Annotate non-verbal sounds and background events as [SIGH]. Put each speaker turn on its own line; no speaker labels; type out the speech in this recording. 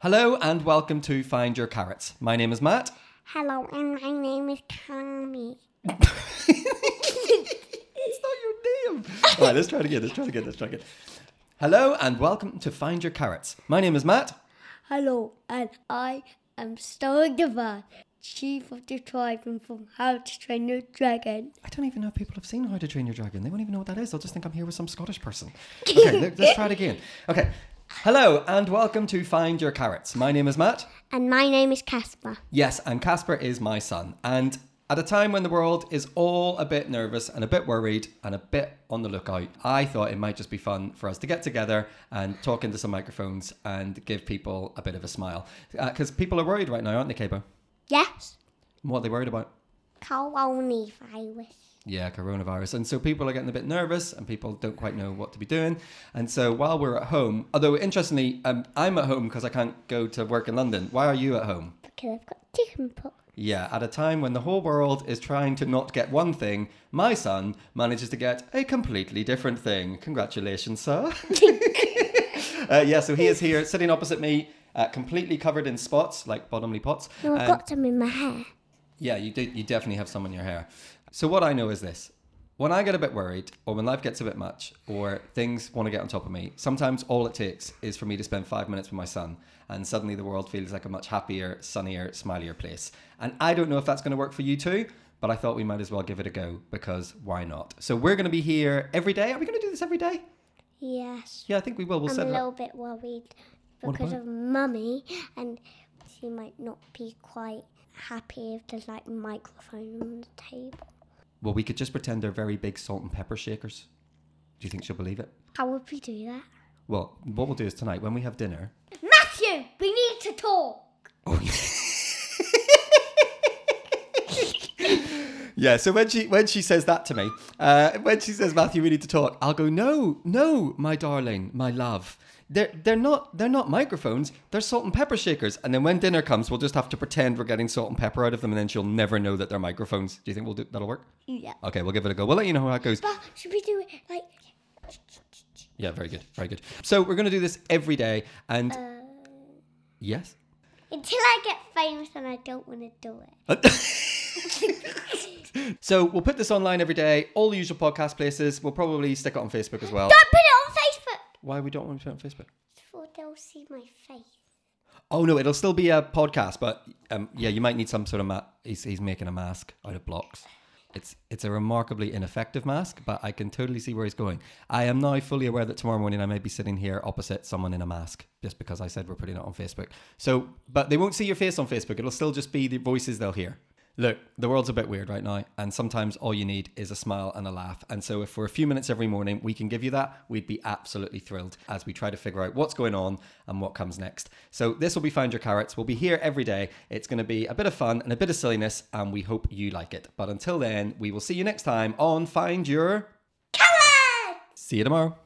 Hello and welcome to Find Your Carrots. My name is Matt.
Hello, and my name is Tommy.
it's not your name. All right, let's try it again. Let's try it again. Let's try it again. Hello and welcome to Find Your Carrots. My name is Matt.
Hello, and I am Star Devon, Chief of the Tribe and from How to Train Your Dragon.
I don't even know if people have seen How to Train Your Dragon. They won't even know what that is. They'll just think I'm here with some Scottish person. Okay, let- let's try it again. Okay. Hello and welcome to Find Your Carrots. My name is Matt.
And my name is Casper.
Yes, and Casper is my son. And at a time when the world is all a bit nervous and a bit worried and a bit on the lookout, I thought it might just be fun for us to get together and talk into some microphones and give people a bit of a smile. Because people are worried right now, aren't they, Cabo?
Yes,
What are they worried about?
coronavirus.
Yeah, coronavirus. And so people are getting a bit nervous and people don't quite know what to be doing. And so while we're at home, although interestingly, um, I'm at home because I can't go to work in London. Why are you at home?
Because I've got chicken pox.
Yeah, at a time when the whole world is trying to not get one thing, my son manages to get a completely different thing. Congratulations, sir. uh, yeah, so he is here sitting opposite me, uh, completely covered in spots, like bottomly pots.
No, I've
Um,
got some in my hair.
yeah, you, do, you definitely have some in your hair. So, what I know is this when I get a bit worried, or when life gets a bit much, or things want to get on top of me, sometimes all it takes is for me to spend five minutes with my son, and suddenly the world feels like a much happier, sunnier, smilier place. And I don't know if that's going to work for you too. But I thought we might as well give it a go because why not? So we're going to be here every day. Are we going to do this every day?
Yes.
Yeah, I think we will. We'll
I'm
set
a
it up.
little bit worried
What
because
about?
of mummy, and she might not be quite happy if there's like microphone on the table.
Well, we could just pretend they're very big salt and pepper shakers. Do you think she'll believe it?
How would we do that?
Well, what we'll do is tonight when we have dinner,
Matthew, we need to talk.
Yeah, so when she when she says that to me, uh, when she says Matthew, we need to talk, I'll go, no, no, my darling, my love, they're they're not they're not microphones, they're salt and pepper shakers. And then when dinner comes, we'll just have to pretend we're getting salt and pepper out of them, and then she'll never know that they're microphones. Do you think we'll do that'll work?
Yeah.
Okay, we'll give it a go. We'll let you know how that goes.
But should we do it like?
Yeah, very good, very good. So we're gonna do this every day, and yes. [LAUGHS]
Until I get famous and I don't want to do it.
so we'll put this online every day, all the usual podcast places. We'll probably stick it on Facebook as well.
Don't put it on Facebook.
Why we don't want to put it on Facebook?
Before they'll see my face.
Oh no, it'll still be a podcast, but um, yeah, you might need some sort of ma- he's he's making a mask out of blocks. It's it's a remarkably ineffective mask, but I can totally see where he's going. I am now fully aware that tomorrow morning I may be sitting here opposite someone in a mask just because I said we're putting it on Facebook. So, but they won't see your face on Facebook. It'll still just be the voices they'll hear. Look, the world's a bit weird right now, and sometimes all you need is a smile and a laugh. And so, if for a few minutes every morning we can give you that, we'd be absolutely thrilled as we try to figure out what's going on and what comes next. So, this will be Find Your Carrots. We'll be here every day. It's going to be a bit of fun and a bit of silliness, and we hope you like it. But until then, we will see you next time on Find Your.
Come on!
See you tomorrow.